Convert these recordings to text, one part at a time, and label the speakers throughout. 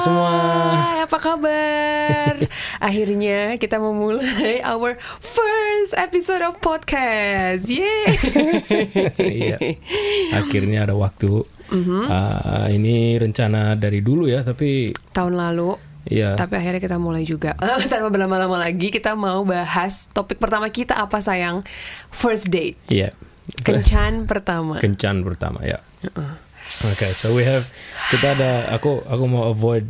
Speaker 1: semua.
Speaker 2: Hai, apa kabar? Akhirnya kita memulai our first episode of podcast. Yeay.
Speaker 1: Iya. Akhirnya ada waktu.
Speaker 2: Mm-hmm.
Speaker 1: Ah, ini rencana dari dulu ya, tapi
Speaker 2: Tahun lalu
Speaker 1: ya
Speaker 2: Tapi akhirnya kita mulai juga. Eh, Tanpa berlama-lama lagi, kita mau bahas topik pertama kita apa sayang? First date,
Speaker 1: ya
Speaker 2: kencan pertama.
Speaker 1: kencan pertama ya.
Speaker 2: Uh-uh.
Speaker 1: Oke, so we have kita ada aku aku mau avoid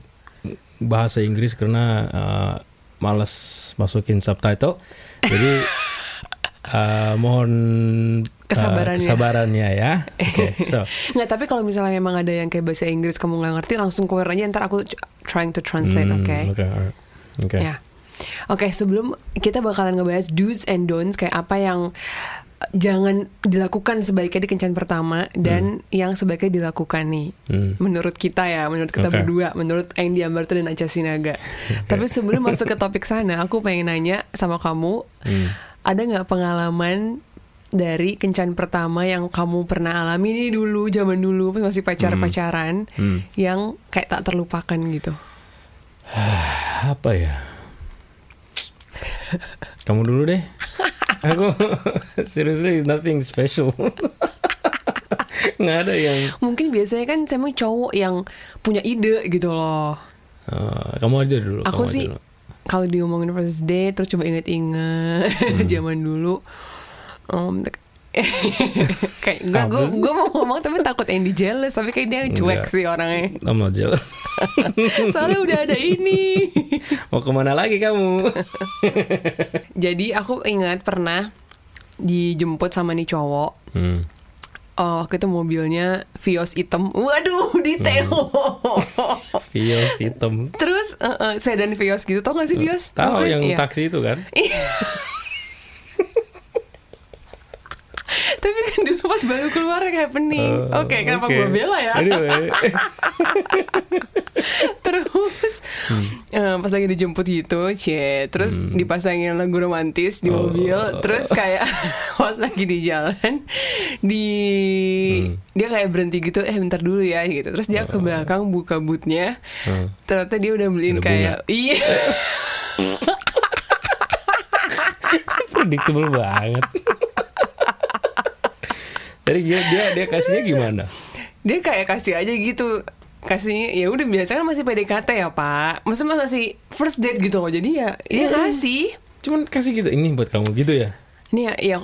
Speaker 1: bahasa Inggris karena ah, malas masukin subtitle. Jadi ah, mohon ah,
Speaker 2: Kesabarannya.
Speaker 1: kesabarannya ya. Oke, so
Speaker 2: Nggak, tapi kalau misalnya memang ada yang kayak bahasa Inggris kamu nggak ngerti, langsung keluar aja ntar aku c- trying to translate,
Speaker 1: Hmm,
Speaker 2: oke?
Speaker 1: Oke, alright. Oke.
Speaker 2: Ya. Oke, sebelum kita bakalan ngebahas do's and don'ts kayak apa yang eh, jangan dilakukan sebaiknya di kencan pertama dan yang sebaiknya dilakukan nih.
Speaker 1: Hmm.
Speaker 2: Menurut kita ya, menurut kita
Speaker 1: Oke.
Speaker 2: berdua, menurut Andy Ambarto dan Aca Sinaga. Tapi sebelum masuk ke topik sana, aku pengen nanya sama kamu,
Speaker 1: mm.
Speaker 2: ada nggak pengalaman dari kencan pertama yang kamu pernah alami nih dulu, zaman dulu pas masih pacar-pacaran,
Speaker 1: Hmm.
Speaker 2: yang kayak tak terlupakan gitu?
Speaker 1: apa ya? Kamu dulu deh. Aku seriously nothing special. nggak ada yang.
Speaker 2: Mungkin biasanya kan emang cowok yang punya ide gitu loh.
Speaker 1: Eh, kamu aja dulu.
Speaker 2: Aku
Speaker 1: kamu aja
Speaker 2: sih
Speaker 1: dulu.
Speaker 2: kalau diomongin first date terus coba inget-inget zaman dulu. Em, tek- kayak gue
Speaker 1: Apa
Speaker 2: gue
Speaker 1: sih?
Speaker 2: gue mau ngomong tapi takut Andy jealous tapi kayak dia cuek
Speaker 1: Enggak.
Speaker 2: sih orangnya
Speaker 1: I'm not jealous.
Speaker 2: soalnya udah ada ini
Speaker 1: Mau kemana lagi kamu?
Speaker 2: jadi aku ingat pernah dijemput sama nih cowok
Speaker 1: Hmm.
Speaker 2: oh waktu itu mobilnya Vios hitam waduh detail
Speaker 1: Hmm.
Speaker 2: Oh.
Speaker 1: Vios hitam.
Speaker 2: Terus eh, eh, sedan Vios gitu tau gak sih Vios?
Speaker 1: Tahu
Speaker 2: kan?
Speaker 1: Eh, yang
Speaker 2: Iya.
Speaker 1: taksi itu kan?
Speaker 2: Tapi kan dulu pas baru keluar kayak pening.
Speaker 1: Eh,
Speaker 2: Oke, kenapa
Speaker 1: oke. eh,
Speaker 2: gue bela ya?
Speaker 1: Anyway.
Speaker 2: Terus
Speaker 1: Hmm.
Speaker 2: eh, pas lagi dijemput gitu, cie. Terus dipasangin lagu romantis di
Speaker 1: Oh.
Speaker 2: mobil. Terus kayak pas lagi di jalan di
Speaker 1: Hmm.
Speaker 2: dia kayak berhenti gitu, eh bentar dulu ya gitu. Terus dia ke belakang buka bootnya.
Speaker 1: Oh. Hmm.
Speaker 2: Ternyata dia udah beliin
Speaker 1: Ada bunga.
Speaker 2: kayak iya.
Speaker 1: Predictable banget. Jadi dia dia, dia kasihnya gimana?
Speaker 2: dia kayak kasih aja gitu kasih ya udah biasanya kan masih PDKT ya pak maksudnya masih first date gitu loh jadi ya dia
Speaker 1: Iya.
Speaker 2: kasih
Speaker 1: Cuman kasih gitu ini buat kamu gitu ya?
Speaker 2: nih ya, ya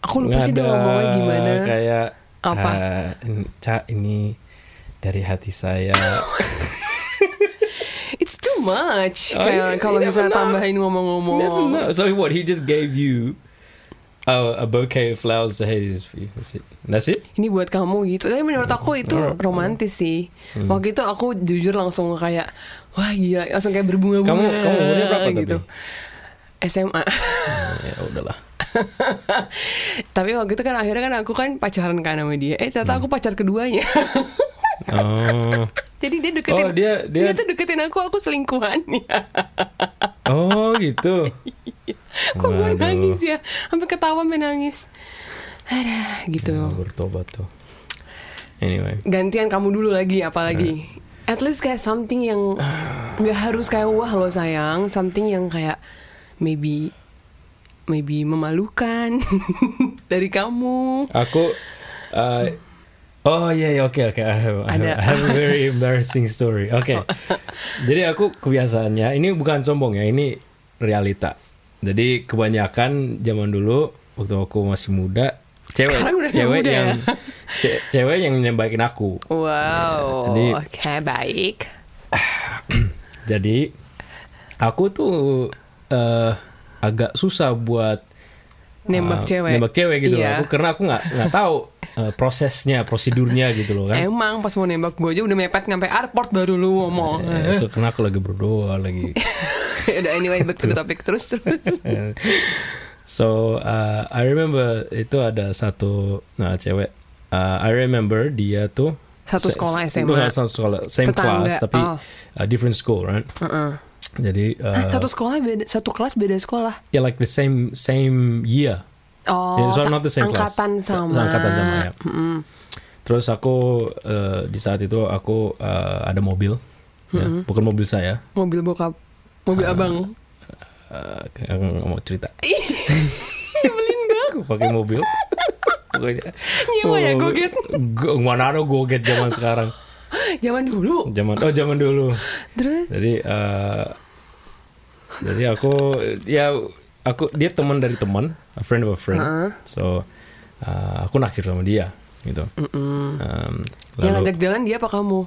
Speaker 2: aku lupa
Speaker 1: Nggak
Speaker 2: sih dia
Speaker 1: ada
Speaker 2: ngomongnya gimana
Speaker 1: kayak
Speaker 2: Apa?
Speaker 1: "Ah, ini- Ca ini dari hati saya
Speaker 2: it's too much
Speaker 1: Oh,
Speaker 2: kayak
Speaker 1: you-
Speaker 2: kalau
Speaker 1: you never
Speaker 2: misalnya
Speaker 1: know.
Speaker 2: tambahin
Speaker 1: Never
Speaker 2: ngomong-ngomong
Speaker 1: know. so what he just gave you a, a bouquet of flowers say, hey this is for you that's it that's it
Speaker 2: ini buat kamu gitu tapi menurut aku itu
Speaker 1: Hmm.
Speaker 2: romantis sih waktu itu aku jujur langsung kayak wah gila langsung kayak berbunga-bunga
Speaker 1: kamu kamu umurnya berapa
Speaker 2: gitu
Speaker 1: tapi
Speaker 2: SMA
Speaker 1: Hmm, ya udahlah
Speaker 2: tapi waktu itu kan akhirnya kan aku kan pacaran kan sama dia eh
Speaker 1: Hmm.
Speaker 2: ternyata aku pacar keduanya
Speaker 1: oh
Speaker 2: Jadi dia deketin
Speaker 1: Oh, dia- dia-
Speaker 2: tuh deketin aku aku Ya, selingkuhannya.
Speaker 1: oh gitu
Speaker 2: Kok gue
Speaker 1: Waduh.
Speaker 2: nangis ya? Sampai ketawa menangis. Adah, gitu.
Speaker 1: Oh, bertobat tuh anyway
Speaker 2: Gantian kamu dulu lagi apalagi.
Speaker 1: Nah.
Speaker 2: At least kayak something yang nggak harus kayak wah lo sayang, something yang kayak maybe maybe memalukan dari kamu.
Speaker 1: Aku uh, Oh iya iya, oke oke I have, I have-
Speaker 2: Ada.
Speaker 1: I have a very embarrassing story. Oke. Jadi aku kebiasaannya ini bukan sombong ya, ini realita. Jadi kebanyakan zaman dulu waktu aku masih muda cewek
Speaker 2: Sekarang udah
Speaker 1: cewek
Speaker 2: muda ya.
Speaker 1: yang ce- cewek yang nyembakin aku.
Speaker 2: Wow.
Speaker 1: Jadi-
Speaker 2: Oke, baik.
Speaker 1: Jadi aku tuh eh, agak susah buat
Speaker 2: Nembak
Speaker 1: eh,
Speaker 2: cewek.
Speaker 1: Nembak cewek gitu loh.
Speaker 2: Iya.
Speaker 1: Aku- karena aku nggak nggak tahu eh, prosesnya, prosedurnya gitu loh kan.
Speaker 2: Emang pas mau nembak gue aja udah mepet sampai airport baru lu ngomong.
Speaker 1: Eh, itu karena aku lagi berdoa lagi.
Speaker 2: Udah anyway back to the topic terus terus.
Speaker 1: Eh, so uh, I remember itu ada satu nah, cewek. Uh, I remember dia tuh
Speaker 2: Satu
Speaker 1: se-
Speaker 2: sekolah
Speaker 1: se-
Speaker 2: SMA.
Speaker 1: bukan satu sekolah, same
Speaker 2: Tetangga.
Speaker 1: class tapi
Speaker 2: Oh.
Speaker 1: uh, different school, right?
Speaker 2: Heeh.
Speaker 1: Jadi
Speaker 2: Hah,
Speaker 1: uh,
Speaker 2: satu sekolah beda, satu kelas beda sekolah.
Speaker 1: ya like the same same year.
Speaker 2: Oh,
Speaker 1: Yeah, so
Speaker 2: sa-
Speaker 1: Ya, not the same class.
Speaker 2: angkatan
Speaker 1: Se-
Speaker 2: sama.
Speaker 1: Angkatan sama ya. Terus aku uh, di saat itu aku uh, ada mobil. ya.
Speaker 2: Mm-hmm.
Speaker 1: bukan mobil saya
Speaker 2: Mobil bokap, mobil abang.
Speaker 1: Eh, aku nggak mau cerita Aku pakai mobil pokoknya
Speaker 2: Nyewa ya,
Speaker 1: mobil-
Speaker 2: Goget?
Speaker 1: Go- mana ada goget zaman sekarang
Speaker 2: Zaman dulu.
Speaker 1: zaman oh zaman dulu
Speaker 2: Terus
Speaker 1: jadi eh jadi aku ya aku dia teman dari teman a friend of a friend
Speaker 2: Heeh.
Speaker 1: so eh, aku naksir sama dia gitu Em,
Speaker 2: yang
Speaker 1: lalu
Speaker 2: ngajak jalan dia apa kamu?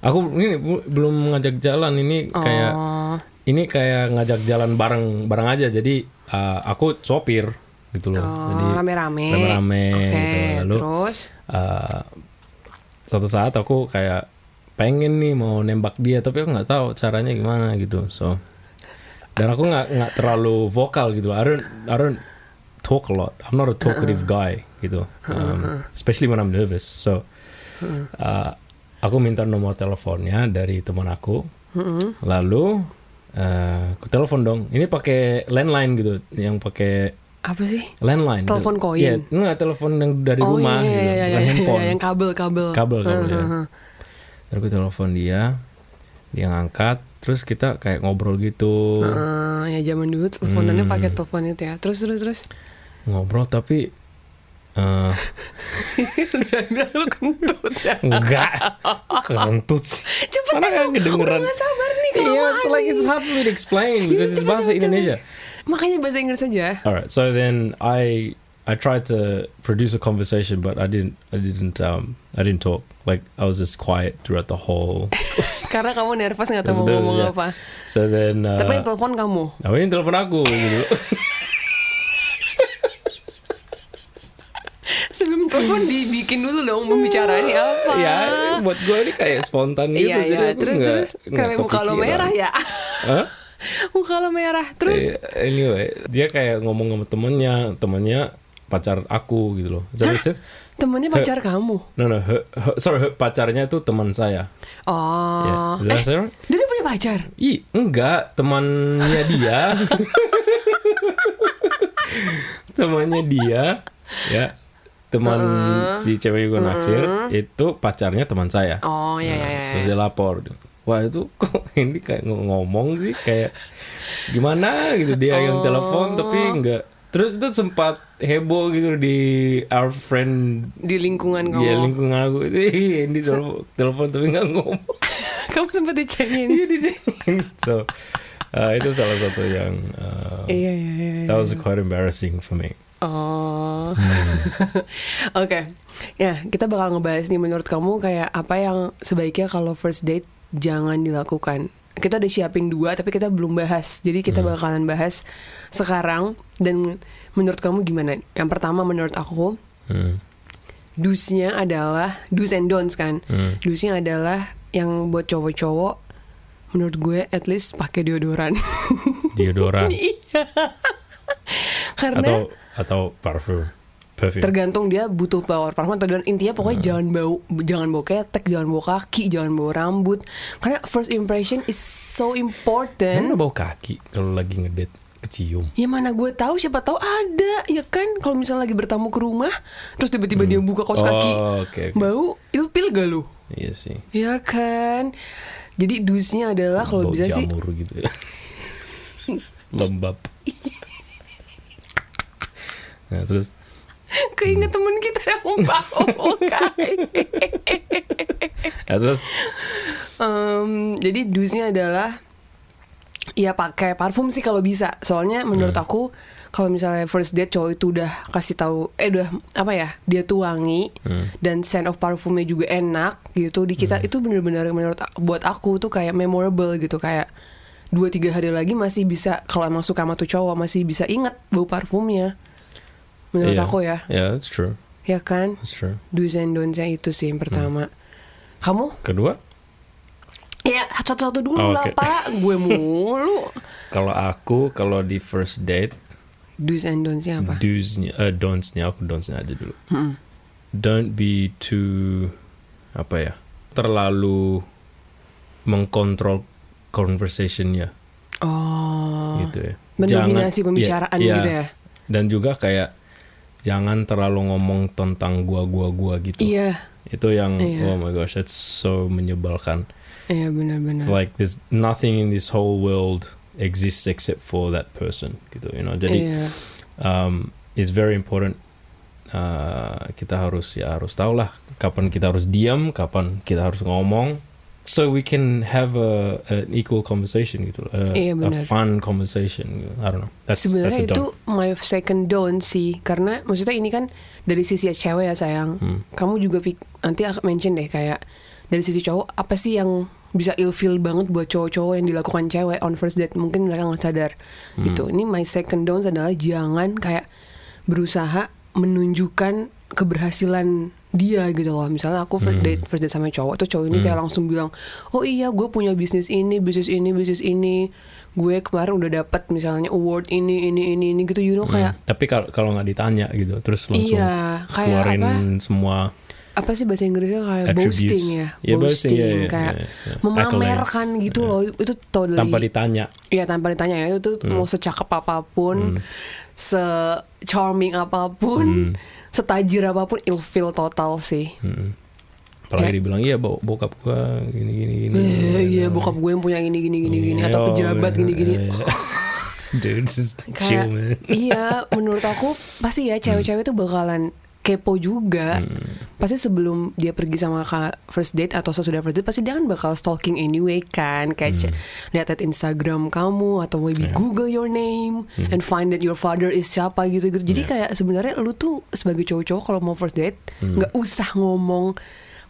Speaker 1: aku ini bu- belum ngajak jalan ini kayak
Speaker 2: Oh.
Speaker 1: ini kayak ngajak jalan bareng bareng aja jadi eh, aku sopir gitu loh
Speaker 2: Oh,
Speaker 1: jadi
Speaker 2: rame-rame.
Speaker 1: rame-rame
Speaker 2: Oke,
Speaker 1: gitu lalu
Speaker 2: terus
Speaker 1: eh, satu saat aku kayak pengen nih mau nembak dia tapi aku nggak tahu caranya gimana gitu so dan aku nggak nggak terlalu vokal gitu I don't I don't talk a lot I'm not a talkative guy gitu Um, especially when I'm nervous so uh, aku minta nomor teleponnya dari teman aku lalu eh, aku telepon dong ini pakai landline gitu yang pakai
Speaker 2: apa sih?
Speaker 1: landline
Speaker 2: Telepon koin?
Speaker 1: Iya, enggak telepon yang dari rumah
Speaker 2: iya, iya,
Speaker 1: gitu
Speaker 2: iya,
Speaker 1: bukan
Speaker 2: iya,
Speaker 1: handphone
Speaker 2: iya, yang kabel-kabel.
Speaker 1: kabel kabel ya
Speaker 2: Heeh.
Speaker 1: terus gue telepon dia dia ngangkat terus kita kayak ngobrol gitu Hmm.
Speaker 2: Heeh, ya zaman dulu teleponannya pakai telepon itu ya. Terus terus terus.
Speaker 1: ngobrol tapi eh
Speaker 2: Lu kentut ya.
Speaker 1: enggak kentut sih
Speaker 2: Cepetan
Speaker 1: Mana kan
Speaker 2: dong,
Speaker 1: kedengeran
Speaker 2: Udah gak sabar nih kalau
Speaker 1: Iya, it's like it's hard for me
Speaker 2: Iya,
Speaker 1: to explain because it's bahasa Indonesia.
Speaker 2: Makanya bahasa Inggris aja.
Speaker 1: Alright, so then I I tried to produce a conversation, but I didn't I didn't um I didn't talk. Like I was just quiet throughout the whole.
Speaker 2: Karena kamu nervous nggak tahu mau
Speaker 1: Terus,
Speaker 2: ngomong
Speaker 1: iya.
Speaker 2: apa.
Speaker 1: So then. Uh,
Speaker 2: Tapi yang telepon kamu.
Speaker 1: Nah, ini telepon aku gitu.
Speaker 2: Sebelum telepon dibikin dulu dong pembicara ini apa.
Speaker 1: ya, buat gue ini kayak spontan gitu.
Speaker 2: Iya,
Speaker 1: jadi
Speaker 2: iya.
Speaker 1: aku
Speaker 2: Terus,
Speaker 1: nggak-
Speaker 2: terus.
Speaker 1: nggak
Speaker 2: Kenapa muka lo
Speaker 1: kepikiran.
Speaker 2: merah ya?
Speaker 1: Hah?
Speaker 2: muka lo merah. Terus,
Speaker 1: Eh, Anyway, dia kayak ngomong sama temennya, temennya pacar aku gitu loh. Does that make sense?
Speaker 2: temennya pacar kamu.
Speaker 1: No, no, her- her- sorry, her pacarnya itu teman saya.
Speaker 2: Oh.
Speaker 1: Yeah. Is that
Speaker 2: Eh,
Speaker 1: right?
Speaker 2: dia udah punya pacar?
Speaker 1: Ih, enggak, temannya dia. temannya dia, ya. Teman si cewek gue naksir itu pacarnya teman saya.
Speaker 2: Oh, iya, iya, iya.
Speaker 1: Nah, Terus dia lapor. Wah, itu kok ini kayak ng- ngomong sih kayak gimana gitu dia yang telepon tapi enggak. Terus itu sempat heboh gitu di our friend
Speaker 2: Di lingkungan kamu.
Speaker 1: ya lingkungan aku "Ih, ini telepon, telepon tapi nggak ngomong
Speaker 2: kamu sempat dicengin.
Speaker 1: Iya dijengin. so uh, itu salah satu yang uh,
Speaker 2: Iya, iya, iya.
Speaker 1: that was quite embarrassing for me.
Speaker 2: Oh, oke. Ya, kita bakal ngebahas nih menurut kamu kayak apa yang sebaiknya kalau first date jangan dilakukan. Kita udah siapin dua, tapi kita belum bahas. Jadi kita bakalan bahas sekarang. Dan menurut kamu gimana? Yang pertama menurut aku,
Speaker 1: Hmm.
Speaker 2: dusnya adalah do's and don'ts kan.
Speaker 1: Hmm.
Speaker 2: Dusnya adalah yang buat cowok-cowok. Menurut gue, at least pakai deodoran.
Speaker 1: Deodoran
Speaker 2: Karena
Speaker 1: atau atau parfum, perfume.
Speaker 2: tergantung dia butuh power parfum atau dan intinya pokoknya
Speaker 1: Nah.
Speaker 2: jangan bau jangan bau ketek jangan bau kaki jangan bau rambut karena first impression is so
Speaker 1: Emang
Speaker 2: important
Speaker 1: bau kaki kalau lagi ngedate kecium.
Speaker 2: ya mana gue tahu siapa tahu ada ya kan kalau misalnya lagi bertamu ke rumah terus tiba-tiba dia buka kaos
Speaker 1: Oh,
Speaker 2: kaki
Speaker 1: oke, oke.
Speaker 2: bau itu pil gak lu
Speaker 1: Iya sih.
Speaker 2: ya kan jadi dusnya adalah Ah, kalau
Speaker 1: Bau
Speaker 2: bisa sih
Speaker 1: jamur gitu ya. Lembab. Nah, terus
Speaker 2: keinget temen kita yang bau kan? kaki
Speaker 1: nah, terus
Speaker 2: Em, jadi dusnya adalah ya pakai parfum sih kalau bisa. Soalnya menurut aku kalau misalnya first date cowok itu udah kasih tahu eh udah apa ya dia tuh wangi
Speaker 1: Hmm.
Speaker 2: dan scent of parfumnya juga enak gitu di kita itu bener-bener menurut buat aku tuh kayak memorable gitu kayak dua tiga hari lagi masih bisa kalau emang suka sama tuh cowok masih bisa ingat bau parfumnya menurut
Speaker 1: iya.
Speaker 2: aku ya
Speaker 1: Ya, that's true.
Speaker 2: ya kan
Speaker 1: That's true.
Speaker 2: do's and don'ts-nya itu sih yang pertama kamu
Speaker 1: Kedua,
Speaker 2: Ya satu-satu dulu
Speaker 1: Oh,
Speaker 2: lah
Speaker 1: oke.
Speaker 2: pak Gue mulu
Speaker 1: kalau aku kalau di first date
Speaker 2: Do's and don'ts-nya apa?
Speaker 1: do's-nya, eh, don'ts-nya aku don'ts-nya aja dulu.
Speaker 2: Hmm.
Speaker 1: Don't be too apa ya? Terlalu mengkontrol conversation-nya
Speaker 2: Oh
Speaker 1: gitu ya.
Speaker 2: Mendominasi
Speaker 1: Jangan-
Speaker 2: pembicaraan
Speaker 1: iya,
Speaker 2: gitu
Speaker 1: iya.
Speaker 2: ya?
Speaker 1: Dan juga kayak jangan terlalu ngomong tentang gua gua gua gitu.
Speaker 2: Iya
Speaker 1: Itu yang
Speaker 2: Iya.
Speaker 1: oh my gosh, that's so menyebalkan.
Speaker 2: Iya benar-benar.
Speaker 1: It's like there's nothing in this whole world exists except for that person gitu, you know. Jadi
Speaker 2: Iya.
Speaker 1: um, it's very important uh, kita harus ya harus tahu lah kapan kita harus diam kapan kita harus ngomong so we can have a an equal conversation gitu a,
Speaker 2: Iya,
Speaker 1: a
Speaker 2: benar.
Speaker 1: fun conversation gitu. I don't know that's
Speaker 2: Sebenarnya
Speaker 1: that's a
Speaker 2: itu my second down sih karena maksudnya ini kan dari sisi ya cewek ya sayang.
Speaker 1: dumb. Hmm.
Speaker 2: Kamu juga pik nanti akan mention deh kayak dari sisi cowok apa sih yang bisa ilfeel banget buat cowok-cowok yang dilakukan cewek on first date mungkin mereka nggak sadar
Speaker 1: Hmm.
Speaker 2: gitu. Ini my second down adalah jangan kayak berusaha menunjukkan keberhasilan dia gitu loh misalnya aku first
Speaker 1: Hmm.
Speaker 2: date first date sama cowok tuh cowok ini
Speaker 1: Hmm.
Speaker 2: kayak langsung bilang oh iya gue punya bisnis ini bisnis ini bisnis ini gue kemarin udah dapat misalnya award ini ini ini ini gitu you know kayak
Speaker 1: Hmm. tapi kalau kalau nggak ditanya gitu terus langsung
Speaker 2: iya kayak
Speaker 1: keluarin
Speaker 2: apa
Speaker 1: semua
Speaker 2: apa sih bahasa Inggrisnya kayak
Speaker 1: attributes
Speaker 2: boasting ya
Speaker 1: Iya, boasting, iya, iya,
Speaker 2: kayak
Speaker 1: iya, iya.
Speaker 2: memamerkan
Speaker 1: Accolades,
Speaker 2: gitu
Speaker 1: iya.
Speaker 2: loh itu totally
Speaker 1: tanpa Hmm. ditanya
Speaker 2: Iya tanpa ditanya ya itu mau secakep
Speaker 1: Hmm.
Speaker 2: apapun, se charming apapun, setajir apapun, ilfil total sih.
Speaker 1: Mm-mm. Hmm. apalagi
Speaker 2: Kayak-
Speaker 1: dibilang iya bo- bokap gua gini gini gini
Speaker 2: Eh,
Speaker 1: you
Speaker 2: Iya
Speaker 1: know.
Speaker 2: bokap gue yang punya gini gini gini gini
Speaker 1: Iya,
Speaker 2: atau pejabat
Speaker 1: iya,
Speaker 2: gini gini.
Speaker 1: iya, iya. Dude, just chill
Speaker 2: Kayak
Speaker 1: man.
Speaker 2: iya menurut aku pasti ya cewek-cewek tuh bakalan kepo
Speaker 1: Hmm.
Speaker 2: juga. Pasti sebelum dia pergi sama ka- first date atau sesudah first date pasti dia kan bakal stalking anyway kan kayak
Speaker 1: Hmm.
Speaker 2: ce- lihat at Instagram kamu atau maybe
Speaker 1: Yeah.
Speaker 2: Google your name
Speaker 1: Hmm.
Speaker 2: and find that your father is siapa gitu-gitu. Jadi
Speaker 1: Yeah.
Speaker 2: kayak sebenarnya lu tuh sebagai cowok-cowok kalau mau first date
Speaker 1: Mm, Hmm.
Speaker 2: nggak usah ngomong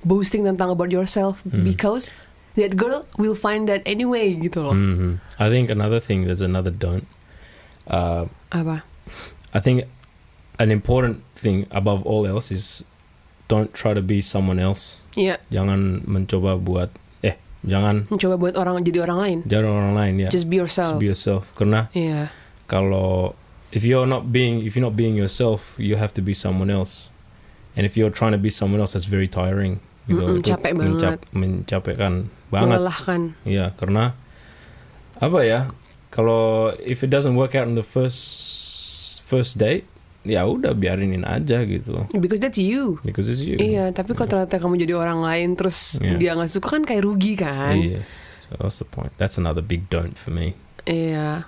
Speaker 2: boasting tentang about yourself
Speaker 1: Hmm.
Speaker 2: because that girl will find that anyway gitu loh.
Speaker 1: Mhm. I think another thing there's another don't. Uh,
Speaker 2: Apa?
Speaker 1: I think an important thing above all else is don't try to be someone else.
Speaker 2: Iya,
Speaker 1: Jangan mencoba buat eh jangan
Speaker 2: mencoba buat orang jadi orang lain.
Speaker 1: jangan orang lain ya.
Speaker 2: Just be
Speaker 1: Just
Speaker 2: yourself.
Speaker 1: be yourself. Karena
Speaker 2: Iya,
Speaker 1: kalau if you're not being if you're not being yourself, you have to be someone else. And if you're trying to be someone else, that's very tiring. gitu.
Speaker 2: Mm-mm,
Speaker 1: Itu
Speaker 2: capek
Speaker 1: mencap- mencapekkan banget.
Speaker 2: melelahkan.
Speaker 1: Ya, karena apa ya? Kalau if it doesn't work out on the first first date, ya udah biarinin aja gitu loh.
Speaker 2: Because that's you.
Speaker 1: Because it's you.
Speaker 2: Iya, tapi kalau ternyata kamu jadi orang lain terus
Speaker 1: Iya.
Speaker 2: dia nggak suka kan kayak rugi kan?
Speaker 1: Iya. So that's the point. That's another big don't for me.
Speaker 2: Iya.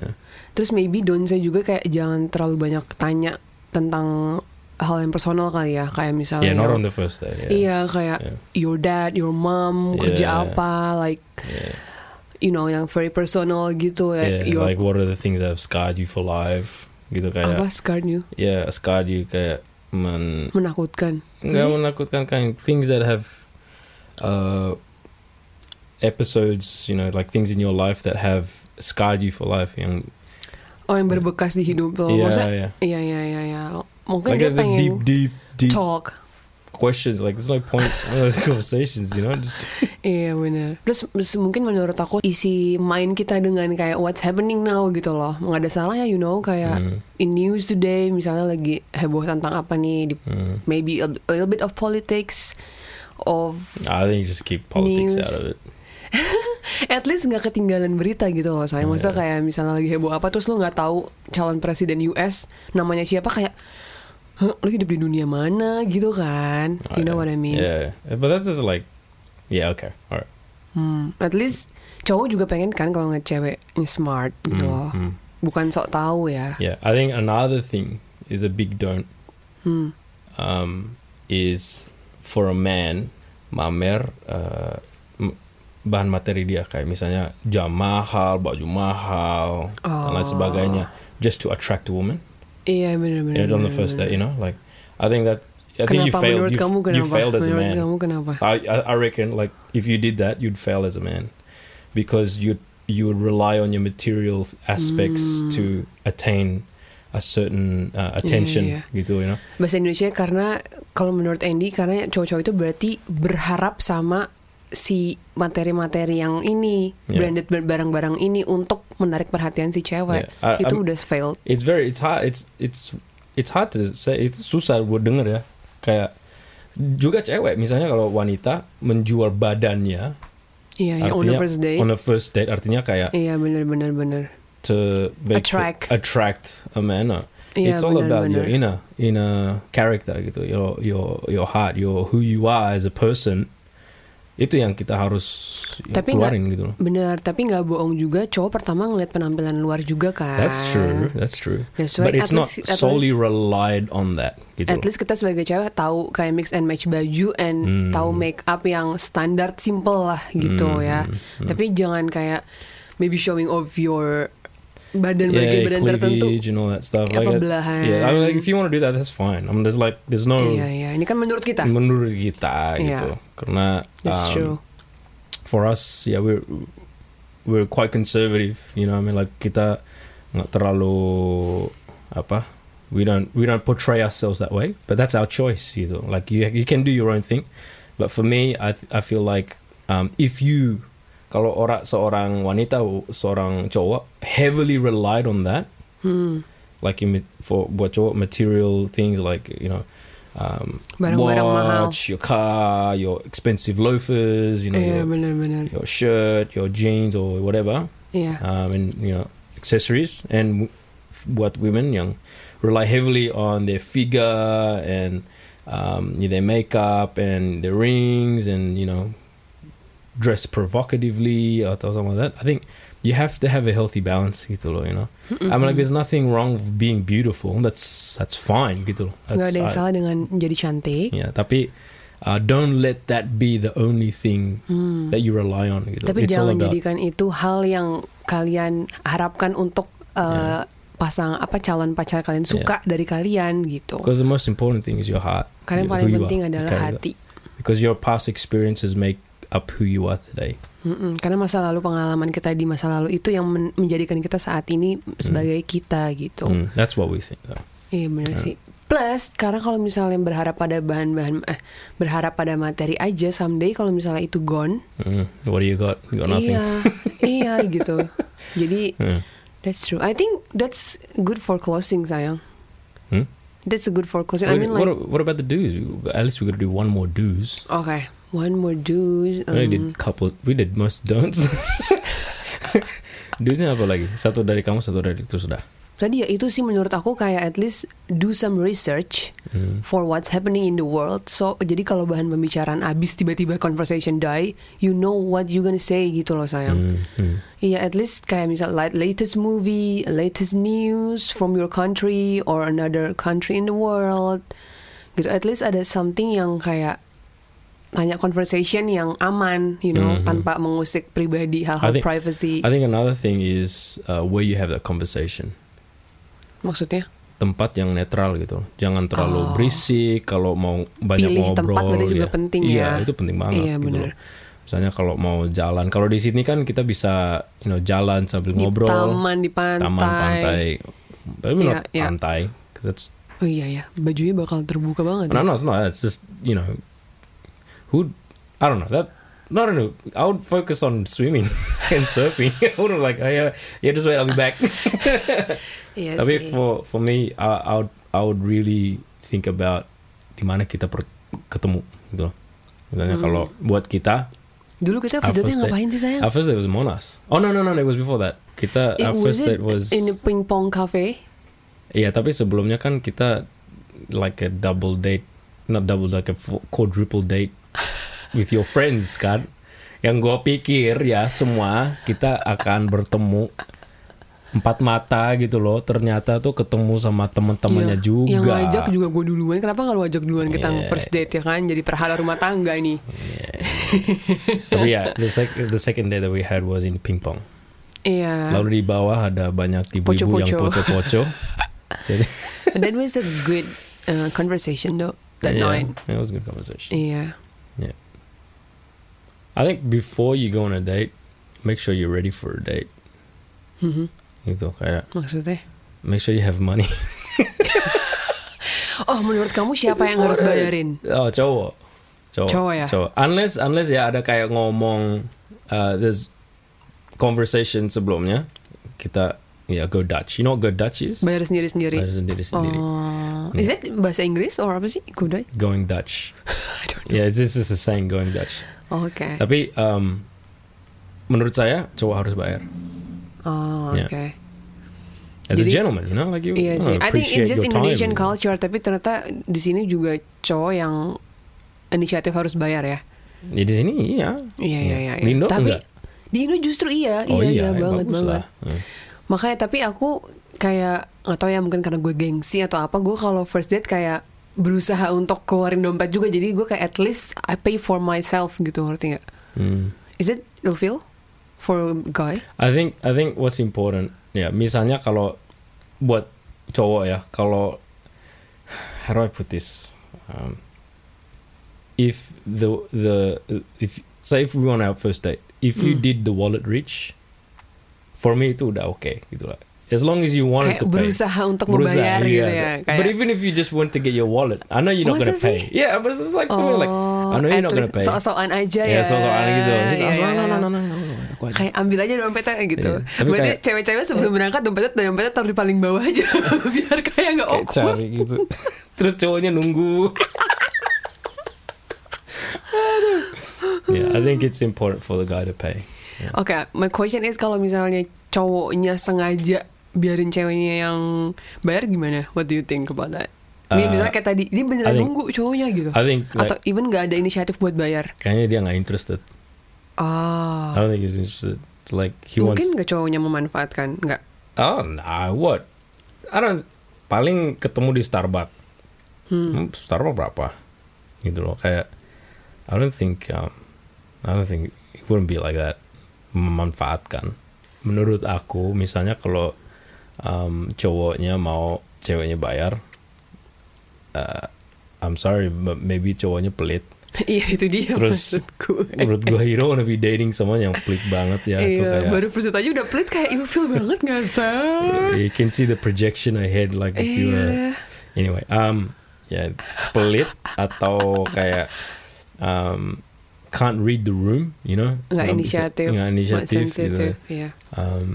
Speaker 1: Iya.
Speaker 2: Terus maybe don't saya juga kayak jangan terlalu banyak tanya tentang hal yang personal kali ya, kayak misalnya.
Speaker 1: yeah, not on the first date. Yeah.
Speaker 2: Oh, Iya, kayak
Speaker 1: Iya.
Speaker 2: your dad, your mom, kerja
Speaker 1: Iya.
Speaker 2: apa, like
Speaker 1: Yeah.
Speaker 2: you know yang very personal gitu
Speaker 1: Yeah,
Speaker 2: ya. your
Speaker 1: Iya, like what are the things that have scarred you for life? Gitu
Speaker 2: apa
Speaker 1: kayak.
Speaker 2: scarred you?
Speaker 1: Yeah, scarred you kayak men
Speaker 2: Menakutkan.
Speaker 1: nggak
Speaker 2: Jadi-
Speaker 1: menakutkan kan things that have uh, episodes you know like things in your life that have scarred you for life yang
Speaker 2: Oh yang berbekas di hidup lo.
Speaker 1: yeah
Speaker 2: Maksudnya,
Speaker 1: yeah
Speaker 2: iya iya iya iya. Mungkin
Speaker 1: like uh,
Speaker 2: dia
Speaker 1: the
Speaker 2: pengen
Speaker 1: deep deep deep
Speaker 2: talk.
Speaker 1: questions like there's no point in those conversations you know just
Speaker 2: Iya benar. Terus mes- mungkin menurut aku isi mind kita dengan kayak what's happening now gitu loh. Nggak ada salahnya you know kayak
Speaker 1: Mm,
Speaker 2: in news today misalnya lagi heboh tentang apa nih di-
Speaker 1: mm.
Speaker 2: maybe a, a little bit of politics of
Speaker 1: I think you just keep politics
Speaker 2: News.
Speaker 1: out of it
Speaker 2: at least nggak ketinggalan berita gitu loh saya maksudnya
Speaker 1: Iya.
Speaker 2: kayak misalnya lagi heboh apa terus lu nggak tahu calon presiden US namanya siapa kayak "Hah, lu hidup di dunia mana gitu kan
Speaker 1: Oh,
Speaker 2: you know what
Speaker 1: yeah.
Speaker 2: I mean
Speaker 1: yeah but that's just like yeah okay all right
Speaker 2: Hmm, at least cowok juga pengen kan kalau ngeliat ceweknya smart gitu
Speaker 1: Mm,
Speaker 2: loh.
Speaker 1: mm.
Speaker 2: Bukan sok tahu ya.
Speaker 1: yeah I think another thing is a big don't
Speaker 2: Hmm.
Speaker 1: um, is for a man mamer uh, m- bahan materi dia kayak misalnya jam mahal, baju mahal dan
Speaker 2: Oh.
Speaker 1: lain sebagainya just to attract a woman
Speaker 2: Iya benar-benar.
Speaker 1: you know, on the first day, you know like I think that I think you
Speaker 2: Hmm. Kenapa
Speaker 1: failed
Speaker 2: menurut
Speaker 1: you,
Speaker 2: kamu
Speaker 1: you
Speaker 2: kenapa?
Speaker 1: failed as a
Speaker 2: menurut
Speaker 1: man Ah.
Speaker 2: kamu kenapa?
Speaker 1: I, I I reckon like if you did that you'd fail as a man because you you would rely on your material aspects
Speaker 2: Mm.
Speaker 1: to attain a certain uh, attention
Speaker 2: yeah.
Speaker 1: gitu you know
Speaker 2: Bahasa Indonesia karena kalau menurut Andy karena cowok-cowok itu berarti berharap sama si materi-materi yang ini
Speaker 1: Yeah.
Speaker 2: branded barang-barang ini untuk menarik perhatian si cewek.
Speaker 1: Yeah. I-
Speaker 2: Itu
Speaker 1: I'm-
Speaker 2: udah failed.
Speaker 1: it's very it's hard it's it's it's hard to say it's susah buat denger ya kayak juga cewek misalnya kalau wanita menjual badannya
Speaker 2: Iya, yang on the
Speaker 1: Artinya
Speaker 2: first day.
Speaker 1: on a first date artinya kayak
Speaker 2: Iya benar-benar benar.
Speaker 1: to make-
Speaker 2: Eh? Attract.
Speaker 1: attract a man uh,
Speaker 2: Iya,
Speaker 1: it's all about your
Speaker 2: benar-benar.
Speaker 1: inner inner character gitu your your your heart your who you are as a person itu yang kita harus
Speaker 2: Tapi
Speaker 1: keluarin gitu loh
Speaker 2: Bener, tapi nggak bohong juga cowok pertama ngeliat penampilan luar juga kan.
Speaker 1: that's true that's true
Speaker 2: That's why
Speaker 1: but it's
Speaker 2: at
Speaker 1: not
Speaker 2: least- at
Speaker 1: solely relied on that gitu
Speaker 2: At
Speaker 1: loh.
Speaker 2: least kita sebagai cewek tahu kayak mix and match baju and
Speaker 1: Hmm.
Speaker 2: tahu make up yang standar simple lah gitu
Speaker 1: Hmm,
Speaker 2: ya. Tapi jangan kayak maybe showing off your badan
Speaker 1: yeah,
Speaker 2: bagian badan tertentu.
Speaker 1: cleavage and all that stuff
Speaker 2: Apa
Speaker 1: like that.
Speaker 2: belahan.
Speaker 1: yeah I mean, like if you want to do that that's fine I mean there's like there's no
Speaker 2: Iya iya, ini kan menurut kita.
Speaker 1: menurut kita
Speaker 2: Yeah.
Speaker 1: gitu karena
Speaker 2: That's
Speaker 1: Nah, um,
Speaker 2: true.
Speaker 1: for us yeah we're we're quite conservative you know what I mean like kita nggak terlalu apa we don't we don't portray ourselves that way but that's our choice you know like you you can do your own thing but for me I th- I feel like um, if you kalau orang seorang wanita seorang cowok heavily relied on that
Speaker 2: Hmm,
Speaker 1: like in, for buat cowok material things like you know um,
Speaker 2: Barang-barang mahal.
Speaker 1: watch your car your expensive loafers you know
Speaker 2: Iya
Speaker 1: your,
Speaker 2: benar-benar.
Speaker 1: your shirt your jeans or whatever
Speaker 2: Iya.
Speaker 1: um, and you know accessories and f- buat women yang rely heavily on their figure and um, their makeup and their rings and you know dress provocatively or something like that I think you have to have a healthy balance gitu loh you know I
Speaker 2: Mm-hmm.
Speaker 1: mean, like, there's nothing wrong with being beautiful. That's that's fine, gitu. loh.
Speaker 2: Nggak
Speaker 1: That's,
Speaker 2: ada yang
Speaker 1: I-
Speaker 2: salah dengan jadi cantik.
Speaker 1: Yeah, tapi uh, don't let that be the only thing
Speaker 2: Hmm.
Speaker 1: that you rely on. Gitu.
Speaker 2: Tapi
Speaker 1: it's all
Speaker 2: jangan
Speaker 1: about
Speaker 2: jadikan itu hal yang kalian harapkan untuk
Speaker 1: Ya.
Speaker 2: eh, pasang apa calon pacar kalian suka dari kalian gitu.
Speaker 1: because the most important thing is your heart.
Speaker 2: Karena yang
Speaker 1: you-
Speaker 2: paling
Speaker 1: who you
Speaker 2: penting
Speaker 1: are. gitu.
Speaker 2: adalah
Speaker 1: Okay,
Speaker 2: hati.
Speaker 1: Because your past experiences make up who you are today.
Speaker 2: Mm-mm, Karena masa lalu pengalaman kita di masa lalu itu yang men- menjadikan kita saat ini
Speaker 1: Hmm.
Speaker 2: sebagai kita gitu.
Speaker 1: Mm, that's what we think. Though.
Speaker 2: Iya benar
Speaker 1: Ya.
Speaker 2: sih. Plus karena kalau misalnya berharap pada bahan-bahan eh berharap pada materi aja someday kalau misalnya itu gone,
Speaker 1: Mm, what do you got? You got nothing.
Speaker 2: iya iya gitu. Jadi
Speaker 1: Mm.
Speaker 2: That's true. I think that's good for closing, sayang.
Speaker 1: Hmm?
Speaker 2: That's a good for closing.
Speaker 1: what,
Speaker 2: I mean,
Speaker 1: what,
Speaker 2: like,
Speaker 1: what about the do's? At least we got to do one more do's.
Speaker 2: okay, one more dues.
Speaker 1: we
Speaker 2: um,
Speaker 1: did couple, we did most don'ts. Do's-nya apa lagi? Satu dari kamu, satu dari itu sudah.
Speaker 2: tadi ya itu sih menurut aku kayak at least do some research
Speaker 1: Hmm.
Speaker 2: for what's happening in the world. So jadi kalau bahan pembicaraan habis tiba-tiba conversation die, you know what you gonna say gitu loh sayang.
Speaker 1: Hmm, hmm.
Speaker 2: Iya, at least kayak misal like latest movie, latest news from your country or another country in the world. Gitu, at least ada something yang kayak tanya conversation yang aman, you know,
Speaker 1: Mhm.
Speaker 2: tanpa mengusik pribadi
Speaker 1: I
Speaker 2: hal-hal
Speaker 1: think-
Speaker 2: privacy.
Speaker 1: I think another thing is uh, where you have that conversation.
Speaker 2: Maksudnya?
Speaker 1: Tempat yang netral gitu. Jangan terlalu
Speaker 2: Oh.
Speaker 1: berisik kalau mau banyak
Speaker 2: Pilih
Speaker 1: ngobrol.
Speaker 2: tempat berarti juga
Speaker 1: ya.
Speaker 2: penting
Speaker 1: Iya,
Speaker 2: ya.
Speaker 1: itu penting banget
Speaker 2: Iya,
Speaker 1: gitu.
Speaker 2: benar.
Speaker 1: loh. Misalnya kalau mau jalan, kalau di sini kan kita bisa you know jalan sambil
Speaker 2: Di
Speaker 1: ngobrol,
Speaker 2: taman, di pantai.
Speaker 1: taman pantai. Tapi
Speaker 2: Iya,
Speaker 1: not
Speaker 2: iya.
Speaker 1: pantai 'cause that's
Speaker 2: Oh iya ya, bajunya bakal terbuka banget. ya.
Speaker 1: No, no, it's not. It's just you know, who I don't know that. No, no, no. I would focus on swimming and surfing. I would have like, oh, yeah, yeah, just wait, I'll be back.
Speaker 2: Iya
Speaker 1: Tapi
Speaker 2: sih.
Speaker 1: for for me, I, I would I would really think about di mana kita per, ketemu gitu. loh. Misalnya
Speaker 2: Hmm.
Speaker 1: kalau buat kita,
Speaker 2: Dulu kita
Speaker 1: our
Speaker 2: first date
Speaker 1: first date-
Speaker 2: ngapain sih sayang? Eh,
Speaker 1: our first date was in Monas. Oh no no no, no it was before that. Kita
Speaker 2: Hmm. It
Speaker 1: our first
Speaker 2: wasn't
Speaker 1: date was
Speaker 2: in a ping pong cafe.
Speaker 1: Iya, tapi sebelumnya kan kita like a double date, not double like a fu- quadruple date with your friends kan. Yang gue pikir ya semua kita akan bertemu empat mata gitu loh. Ternyata tuh ketemu sama teman-temannya
Speaker 2: Iya,
Speaker 1: juga.
Speaker 2: Yang ngajak juga gue duluan. Kenapa nggak lu ajak duluan kita
Speaker 1: Iya.
Speaker 2: first date ya kan? Jadi perhala rumah tangga nih.
Speaker 1: Tapi ya, the, sec- the second day that we had was in ping pong.
Speaker 2: Iya.
Speaker 1: Lalu di bawah ada banyak ibu-ibu yang
Speaker 2: Poco-poco.
Speaker 1: poco-poco. Jadi,
Speaker 2: That was a good uh, conversation though that
Speaker 1: yeah,
Speaker 2: night.
Speaker 1: It was a good conversation.
Speaker 2: Iya.
Speaker 1: I think before you go on a date, make sure you're ready for a date.
Speaker 2: Mhm.
Speaker 1: Gitu kayak
Speaker 2: Maksudnya?
Speaker 1: make sure you have money.
Speaker 2: Oh, menurut kamu siapa yang harus bayarin?
Speaker 1: Oh, cowok. Cowok.
Speaker 2: Cowok ya?
Speaker 1: Cowok. Unless unless ya ada kayak ngomong uh, there's conversation sebelumnya kita ya go Dutch. You know what go Dutch is?
Speaker 2: Bayar sendiri-sendiri.
Speaker 1: Bayar Iya. sendiri-sendiri.
Speaker 2: Oh, is it bahasa Inggris or apa sih? Kuda?
Speaker 1: Going Dutch.
Speaker 2: I don't know. Oh,
Speaker 1: Yeah, this is the saying going Dutch.
Speaker 2: Oke.
Speaker 1: Tapi um, menurut saya cowok harus bayar.
Speaker 2: Oh, oke.
Speaker 1: Yeah. As
Speaker 2: Jadi-
Speaker 1: a gentleman, you know, like you
Speaker 2: Iya
Speaker 1: oh,
Speaker 2: sih. I think it's
Speaker 1: appreciate
Speaker 2: just
Speaker 1: your time.
Speaker 2: Indonesian culture, tapi ternyata di sini juga cowok yang inisiatif harus bayar ya.
Speaker 1: Ya, di sini iya.
Speaker 2: Iya iya iya. iya.
Speaker 1: Di Indo
Speaker 2: tapi
Speaker 1: enggak?
Speaker 2: di Indo justru iya,
Speaker 1: Oh
Speaker 2: iya, iya,
Speaker 1: iya, ya,
Speaker 2: banget
Speaker 1: bagus
Speaker 2: banget.
Speaker 1: lah. Hmm.
Speaker 2: Makanya tapi aku kayak nggak tahu ya mungkin karena gue gengsi atau apa, gue kalau first date kayak berusaha untuk keluarin dompet juga jadi gue kayak at least I pay for myself gitu ngerti nggak?
Speaker 1: Hmm.
Speaker 2: Is it ill feel for a guy?
Speaker 1: I think I think what's important ya misalnya kalau buat cowok ya kalau how do I put this um, if the the if say if we want our first date if you
Speaker 2: Hmm.
Speaker 1: did the wallet reach for me itu udah oke gitu lah as long as you wanted
Speaker 2: Kayak
Speaker 1: to Oh, pay
Speaker 2: berusaha untuk
Speaker 1: Berusaha,
Speaker 2: membayar
Speaker 1: iya.
Speaker 2: gitu ya. Kayak,
Speaker 1: but even if you just want to get your wallet I know you're not
Speaker 2: Masa
Speaker 1: gonna pay
Speaker 2: sih?
Speaker 1: yeah but it's like feeling like I know you're
Speaker 2: Oh, at
Speaker 1: not gonna
Speaker 2: least
Speaker 1: pay
Speaker 2: Sok-sokan aja
Speaker 1: yeah
Speaker 2: ya.
Speaker 1: soal-soal gitu Terus
Speaker 2: Iya,
Speaker 1: langsung,
Speaker 2: iya, iya.
Speaker 1: "No, no, no, no, no, no, aku aja."
Speaker 2: Kayak ambil aja dompetnya gitu.
Speaker 1: Iya, tapi
Speaker 2: Berarti
Speaker 1: kayak-
Speaker 2: cewek-cewek sebelum berangkat dompetnya dompetnya taruh di paling bawah aja biar kayak nggak
Speaker 1: kayak
Speaker 2: awkward.
Speaker 1: cari gitu Oh, terus cowoknya nunggu yeah I think it's important for the guy to pay
Speaker 2: Oke, my question is kalau misalnya cowoknya sengaja biarin ceweknya yang bayar gimana? What do you think about that? Ini
Speaker 1: Uh,
Speaker 2: misalnya kayak tadi, dia beneran
Speaker 1: I think-
Speaker 2: nunggu cowoknya gitu.
Speaker 1: I think like,
Speaker 2: Atau even nggak ada inisiatif buat bayar.
Speaker 1: kayaknya dia nggak interested I
Speaker 2: Ah,
Speaker 1: don't think he's interested like Uh, he
Speaker 2: mungkin
Speaker 1: wants
Speaker 2: nggak cowoknya memanfaatkan? Nggak.
Speaker 1: oh nah what I don't paling ketemu di Starbucks
Speaker 2: Hmm.
Speaker 1: Hmm, Starbucks berapa gitu loh kayak I don't think um, I don't think it wouldn't be like that memanfaatkan menurut aku misalnya kalau um, cowoknya mau ceweknya bayar uh, I'm sorry but maybe cowoknya pelit
Speaker 2: Iya itu dia
Speaker 1: Terus-
Speaker 2: maksudku.
Speaker 1: menurut gue hero wanna be dating someone yang pelit banget ya
Speaker 2: iya,
Speaker 1: itu kayak Iya,
Speaker 2: baru first date aja udah pelit kayak ilfil banget nggak sah.
Speaker 1: you can see the projection ahead like if you were
Speaker 2: Iya.
Speaker 1: Anyway, um, ya pelit atau kayak um, can't read the room, you know?
Speaker 2: Nggak
Speaker 1: Nggak bisa-
Speaker 2: inisiatif.
Speaker 1: nggak inisiatif
Speaker 2: Nggak
Speaker 1: gitu.
Speaker 2: sensitif, Iya.
Speaker 1: Um,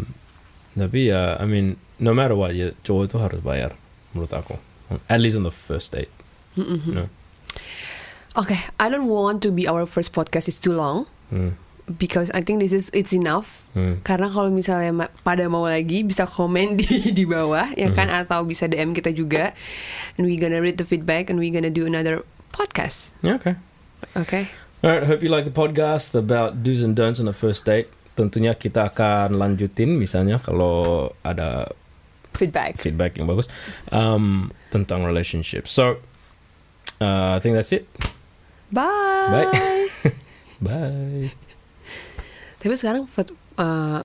Speaker 1: tapi ya, I mean, no matter what, ya cowok itu harus bayar menurut aku. At least on the first date.
Speaker 2: Mm-mm.
Speaker 1: you know?
Speaker 2: Oke, I don't want to be our first podcast is too long
Speaker 1: Hmm,
Speaker 2: because I think this is it's enough.
Speaker 1: hmm.
Speaker 2: Karena kalau misalnya ma- pada mau lagi bisa komen di di bawah ya kan
Speaker 1: Mm-hmm.
Speaker 2: atau bisa DM kita juga. And we gonna read the feedback and we gonna do another podcast.
Speaker 1: Yeah, Ya, okay.
Speaker 2: Oke.
Speaker 1: Alright, hope you like the podcast about do's and don'ts on the first date. Tentunya kita akan lanjutin misalnya kalau ada
Speaker 2: Feedback.
Speaker 1: feedback yang bagus um, tentang relationship. So, uh, I think that's it.
Speaker 2: Bye.
Speaker 1: Bye.
Speaker 2: Tapi sekarang fot- eh,